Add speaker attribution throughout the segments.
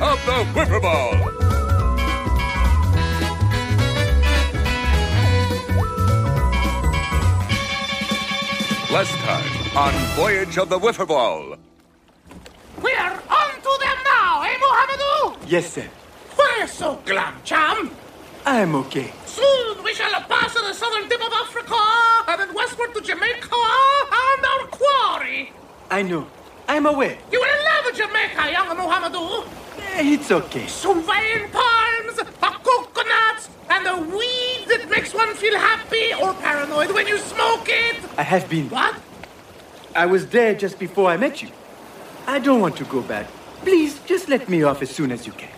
Speaker 1: of the Whipper Ball. Last time on Voyage of the Whiffer Ball.
Speaker 2: We're on to them now, eh, Mohamedou?
Speaker 3: Yes, sir.
Speaker 2: We're so glum, chum.
Speaker 3: I'm okay.
Speaker 2: Soon we shall pass the southern tip of Africa and then westward to Jamaica and our quarry.
Speaker 3: I know. I'm aware.
Speaker 2: You will love Jamaica, young Mohamedou.
Speaker 3: Eh, It's okay.
Speaker 2: Swaying palms, the coconuts, and the weed that makes one feel happy or paranoid when you smoke it.
Speaker 3: I have been.
Speaker 2: What?
Speaker 3: I was there just before I met you. I don't want to go back. Please, just let me off as soon as you can.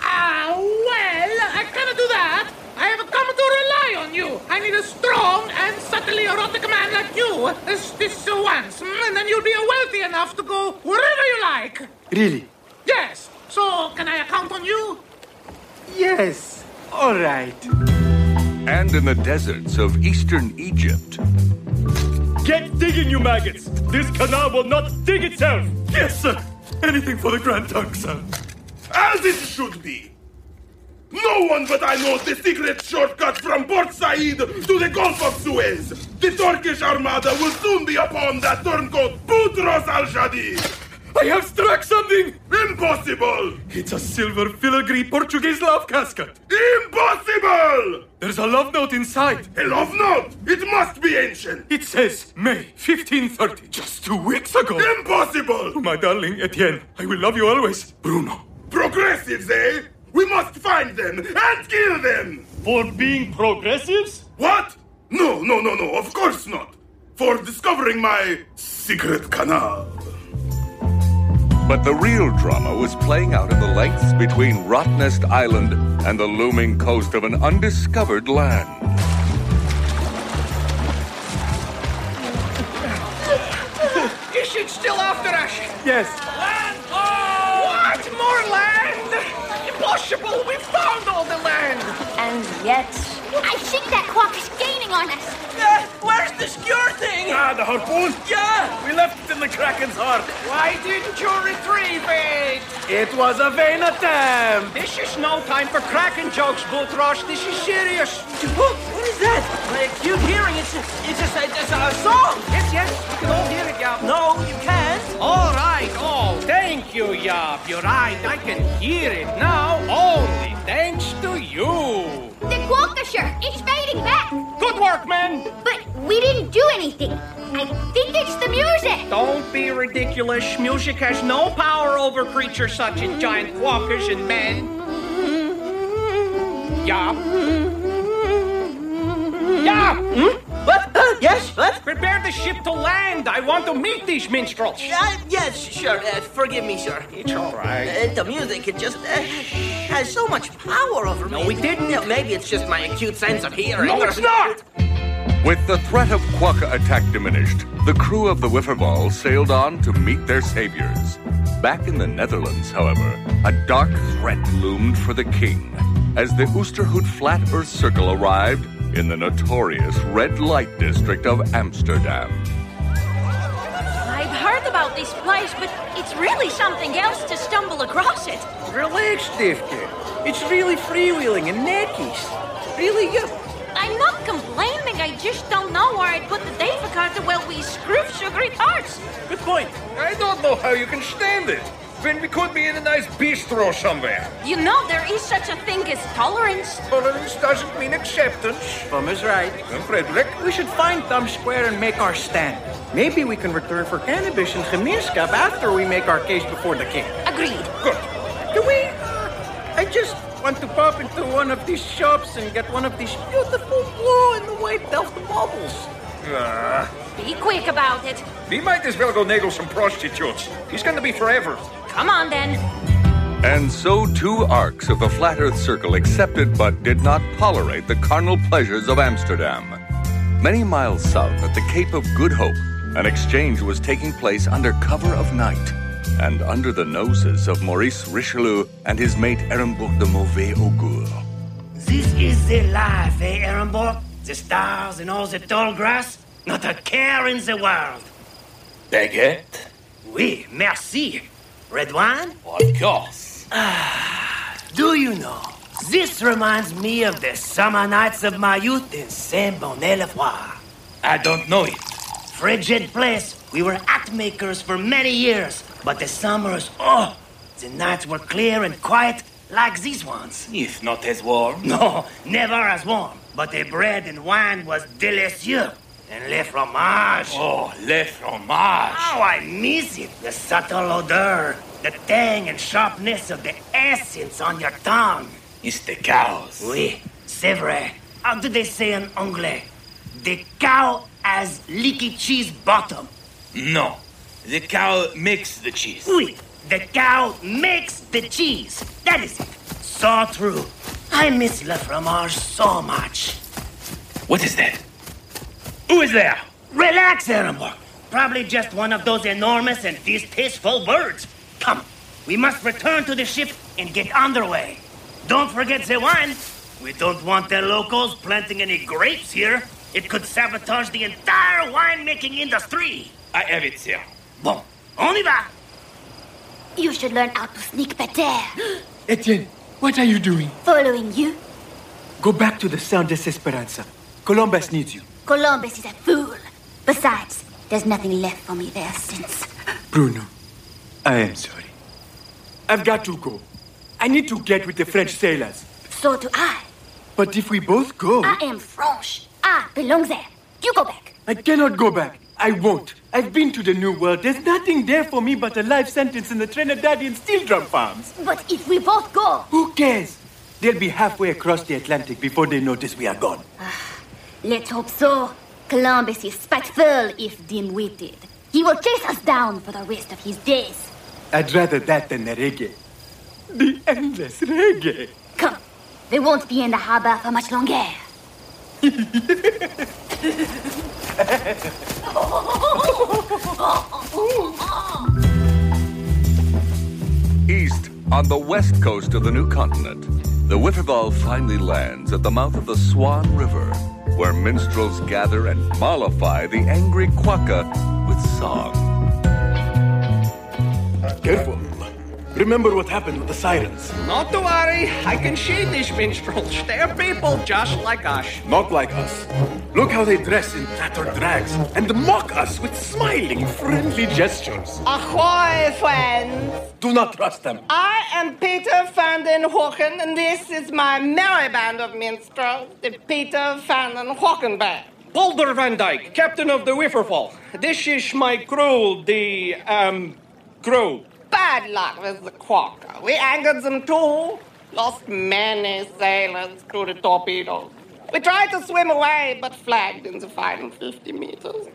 Speaker 2: Ah, well, I cannot do that. I have come to rely on you. I need a strong and subtly erotic man like you. This, this once, mm, and then you'll be wealthy enough to go wherever you like.
Speaker 3: Really?
Speaker 2: Yes. So, can I count on you?
Speaker 3: Yes. All right.
Speaker 1: And in the deserts of eastern Egypt,
Speaker 4: Get digging, you maggots! This canal will not dig itself!
Speaker 5: Yes, sir. Anything for the Grand Trunk, sir. As it should be. No one but I knows the secret shortcut from Port Said to the Gulf of Suez. The Turkish armada will soon be upon that turncoat Boutros al-Shadi.
Speaker 4: I have struck something!
Speaker 5: Impossible!
Speaker 4: It's a silver filigree Portuguese love casket!
Speaker 5: Impossible!
Speaker 4: There's a love note inside!
Speaker 5: A love note! It must be ancient!
Speaker 4: It says May 1530, just two weeks ago! Oh,
Speaker 5: Impossible!
Speaker 4: My darling Etienne, I will love you always. Bruno.
Speaker 5: Progressives, eh? We must find them and kill them!
Speaker 6: For being progressives?
Speaker 5: What? No, no, no, no, of course not. For discovering my secret canal.
Speaker 1: but the real drama was playing out in the lengths between Rottnest Island and the looming coast of an undiscovered land.
Speaker 2: You should still after us.
Speaker 3: Yes.
Speaker 2: Land! What? More land? Impossible! We found all the land!
Speaker 7: And yet, I think that quark is gaining on us.
Speaker 2: where's the skewer thing?
Speaker 4: Ah, the harpoon!
Speaker 2: Yeah!
Speaker 4: We left it in the Kraken's heart!
Speaker 2: Why didn't you retrieve it?
Speaker 3: It was a vain attempt.
Speaker 2: This is no time for cracking jokes, Bultrosh. This is serious. What is that? I keep hearing it's a, it's a, it's a song. Yes, yes, we can all hear it, yeah. No, you can't. All right, oh, thank you, Yap. You're right. I can hear it now, only thanks to you.
Speaker 7: The Quokasher is fading back,
Speaker 2: Good work, man.
Speaker 7: but we didn't do anything. I think it's the music.
Speaker 2: Don't be ridiculous. Music has no power over creatures such as giant walkers and men. Yeah. Yeah. Hmm?
Speaker 8: What? Uh, yes, what?
Speaker 2: Prepare the ship to land. I want to meet these minstrels.
Speaker 8: Uh, yes, sure. Uh, forgive me, sir.
Speaker 2: It's all right.
Speaker 8: Uh, the music, it just uh, has so much power over me.
Speaker 2: No, it didn't.
Speaker 8: Yeah, maybe it's just my acute sense of hearing.
Speaker 2: No,
Speaker 8: or-
Speaker 2: it's not.
Speaker 1: With the threat of Quokka attack diminished, the crew of the Whifferball sailed on to meet their saviors. Back in the Netherlands, however, a dark threat loomed for the king as the Oosterhout Flat Earth Circle arrived in the notorious red light district of Amsterdam.
Speaker 9: I've heard about this place, but it's really something else to stumble across it.
Speaker 3: Relax, Divke. It's really freewheeling and neckies. Really good.
Speaker 9: I'm not complaining, I just don't know where I'd put the Devakata well we screw sugary tarts.
Speaker 4: Good point!
Speaker 10: I don't know how you can stand it. When we could be in a nice bistro somewhere.
Speaker 9: You know, there is such a thing as tolerance.
Speaker 10: Tolerance doesn't mean acceptance.
Speaker 3: Bummer's right.
Speaker 10: And Frederick,
Speaker 3: We should find Thumb Square and make our stand. Maybe we can return for cannabis and gemeenschap after we make our case before the king.
Speaker 9: Agreed.
Speaker 3: Do we? uh, I just want to pop into one of these shops and get one of these beautiful blue and white Delta bubbles.
Speaker 9: Be quick about it.
Speaker 10: we Ah, might as well go nagle some prostitutes. He's gonna be forever.
Speaker 9: Come on then.
Speaker 1: And so two arcs of the Flat Earth Circle accepted but did not tolerate the carnal pleasures of Amsterdam. Many miles south at the Cape of Good Hope, an exchange was taking place under cover of night and under the noses of Maurice Richelieu and his mate Erembourg de Mauvais Augur.
Speaker 11: This is the life, eh, Ehrenborg? The stars and all the tall grass? Not a care in the world.
Speaker 4: Baguette?
Speaker 11: Oui, merci. Red wine?
Speaker 4: Of course.
Speaker 5: Ah, Do you know? This reminds me of the summer nights of my youth in Saint bonnet
Speaker 12: I don't know it.
Speaker 5: Frigid place. We were act makers for many years, but the summers, oh, the nights were clear and quiet like these ones.
Speaker 12: It's not as warm.
Speaker 5: No, never as warm, but the bread and wine was delicious. And le fromage.
Speaker 12: Oh, le fromage.
Speaker 5: How I miss it. The subtle odor, the tang and sharpness of the essence on your tongue.
Speaker 12: It's the cows.
Speaker 5: Oui, c'est vrai. How do they say in English? The cow has leaky cheese bottom.
Speaker 12: No, the cow makes the cheese.
Speaker 5: Oui, the cow makes the cheese. That is it. So true. I miss Le Fromage so much.
Speaker 12: What is that? Who is there?
Speaker 5: Relax, Erenborg. Probably just one of those enormous and distasteful birds. Come, we must return to the ship and get underway. Don't forget the wine. We don't want the locals planting any grapes here. It could sabotage the entire winemaking industry.
Speaker 12: I have it, sir.
Speaker 5: Bon, on y va.
Speaker 7: You should learn how to sneak better.
Speaker 3: Etienne, what are you doing?
Speaker 7: Following you.
Speaker 3: Go back to the San Desesperanza. Columbus needs you.
Speaker 7: Columbus is a fool. Besides, there's nothing left for me there since.
Speaker 3: Bruno, I am sorry. I've got to go. I need to get with the French sailors.
Speaker 7: So do I.
Speaker 3: But if we both go.
Speaker 7: I am French. I belong there. You go back.
Speaker 3: I cannot go back. I won't. I've been to the New World. There's nothing there for me but a life sentence in the Trinidadian steel drum farms.
Speaker 7: But if we both go.
Speaker 3: Who cares? They'll be halfway across the Atlantic before they notice we are gone.
Speaker 7: Let's hope so. Columbus is spiteful, if dim witted. He will chase us down for the rest of his days.
Speaker 3: I'd rather that than the reggae. The endless reggae.
Speaker 7: Come. They won't be in the harbor for much longer.
Speaker 1: East, on the west coast of the new continent, the Witterval finally lands at the mouth of the Swan River, where minstrels gather and mollify the angry quokka with song.
Speaker 13: Careful. Remember what happened with the sirens.
Speaker 14: Not to worry, I can shade these minstrels. They're people just like us.
Speaker 13: Not like us. Look how they dress in tattered rags and mock us with smiling, friendly gestures.
Speaker 2: Ahoy, friends!
Speaker 13: Do not trust them.
Speaker 2: I am Peter van den Hochen, and this is my merry band of minstrels, the Peter van den Hochen Band.
Speaker 10: Boulder Van Dyke, captain of the Whifferfall. This is my crew, the, um, crew
Speaker 2: bad luck with the quokka. We angered them too. Lost many sailors through the torpedoes. We tried to swim away, but flagged in the final 50 meters.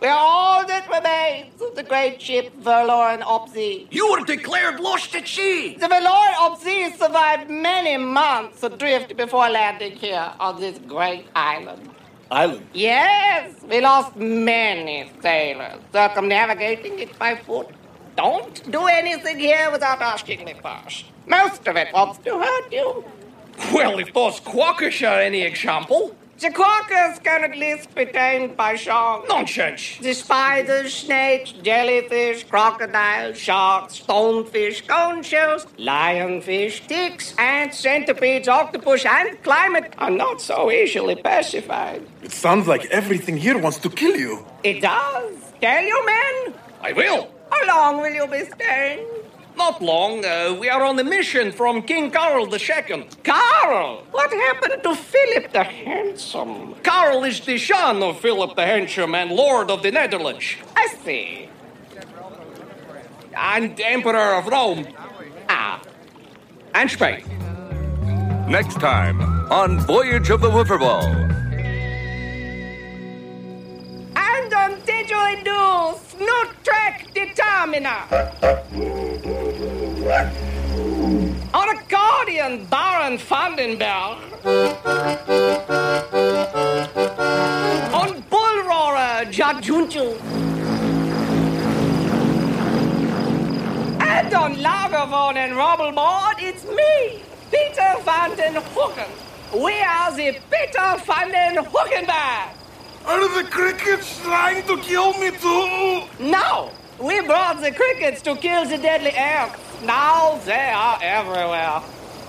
Speaker 2: We are all that remains of the great ship Velour and Opsy.
Speaker 10: You were declared lost at sea!
Speaker 2: The Velour and Opsy survived many months adrift before landing here on this great island.
Speaker 13: Island?
Speaker 2: Yes, we lost many sailors circumnavigating it by foot don't do anything here without asking me first. Most of it wants to hurt you.
Speaker 10: Well, if those quackers are any example.
Speaker 2: The quackers can at least be tamed by song.
Speaker 10: Nonsense.
Speaker 2: The spiders, snakes, jellyfish, crocodiles, sharks, stonefish, cone shells, lionfish, ticks, ants, centipedes, octopus, and climate are not so easily pacified.
Speaker 13: It sounds like everything here wants to kill you.
Speaker 2: It does. Tell you, men?
Speaker 10: I will.
Speaker 2: How long will you be staying?
Speaker 10: Not long. Uh, we are on a mission from King Karl II.
Speaker 2: Karl? What happened to Philip the Handsome?
Speaker 10: Karl is the son of Philip the Handsome and Lord of the Netherlands.
Speaker 2: I see.
Speaker 10: And um, Emperor of Rome.
Speaker 2: Ah.
Speaker 10: And Spain.
Speaker 1: Next time on Voyage of the Whifferball.
Speaker 2: And on Tejoy Snoot Oh, Track Determiner. On accordion, Baron Vandenberg. On bull roarer, Jajunju. And on Lagervon and Robbleboard, it's me, Peter van den Hoeken. We are the Peter van den Hoekenberg.
Speaker 15: Are the crickets trying to kill me too?
Speaker 2: No! We brought the crickets to kill the deadly elk. Now they are everywhere.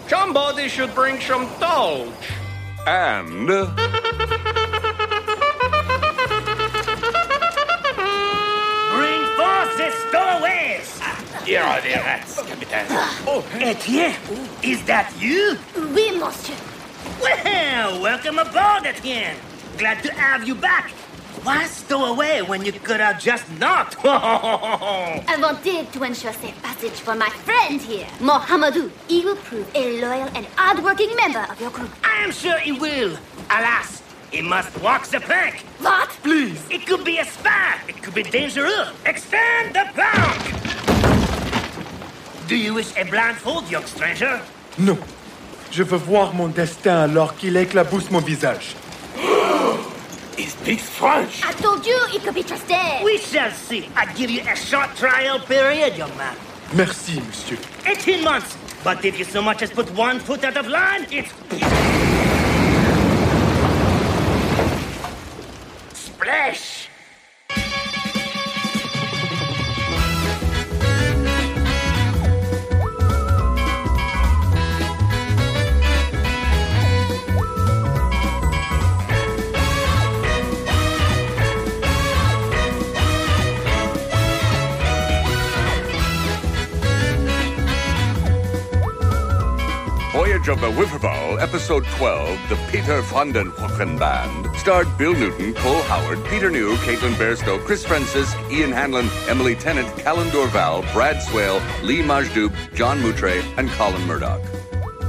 Speaker 8: Somebody should bring some dough.
Speaker 1: And
Speaker 5: Bring forth the stowaways!
Speaker 16: Here are the rats, Captain.
Speaker 5: Oh, Etienne, is that you?
Speaker 7: Oui, monsieur.
Speaker 5: Well, welcome aboard, Etienne. Glad to have you back. Why stow away when you could have just not?
Speaker 7: I wanted to ensure safe passage for my friend here, Mohamedou. He will prove a loyal and hard-working member of your group.
Speaker 5: I am sure he will. Alas, he must walk the plank.
Speaker 7: What?
Speaker 5: Please. It could be a spy. It could be dangerous. Extend the plank. Do you wish a blindfold, young stranger?
Speaker 17: Non. Je veux voir mon destin alors qu'il éclabousse mon visage.
Speaker 16: He speaks French.
Speaker 7: I told you it could be trusted.
Speaker 5: We shall see. I give you a short trial period, young man.
Speaker 17: Merci, monsieur.
Speaker 5: 18 months. But if you so much as put one foot out of line, it's splash.
Speaker 1: Voyage of the Wiffleball, Episode 12, The Peter Van den Hoeken Band, starred Bill Newton, Cole Howard, Peter New, Caitlin Bairstow, Chris Francis, Ian Hanlon, Emily Tennant, Callan Dorval, Brad Swale, Lee Majdoub, John Moutre, and Colin Murdoch.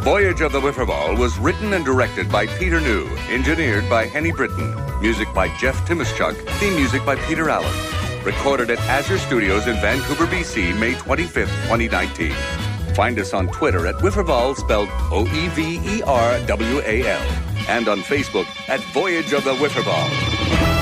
Speaker 1: Voyage of the Wiffleball was written and directed by Peter New, engineered by Henny Britton, music by Jeff Timischuk, theme music by Peter Allen. Recorded at Azure Studios in Vancouver, BC, May 25th, 2019. Find us on Twitter at Wiffleball, spelled O E V E R W A L, and on Facebook at Voyage of the Wiffleball.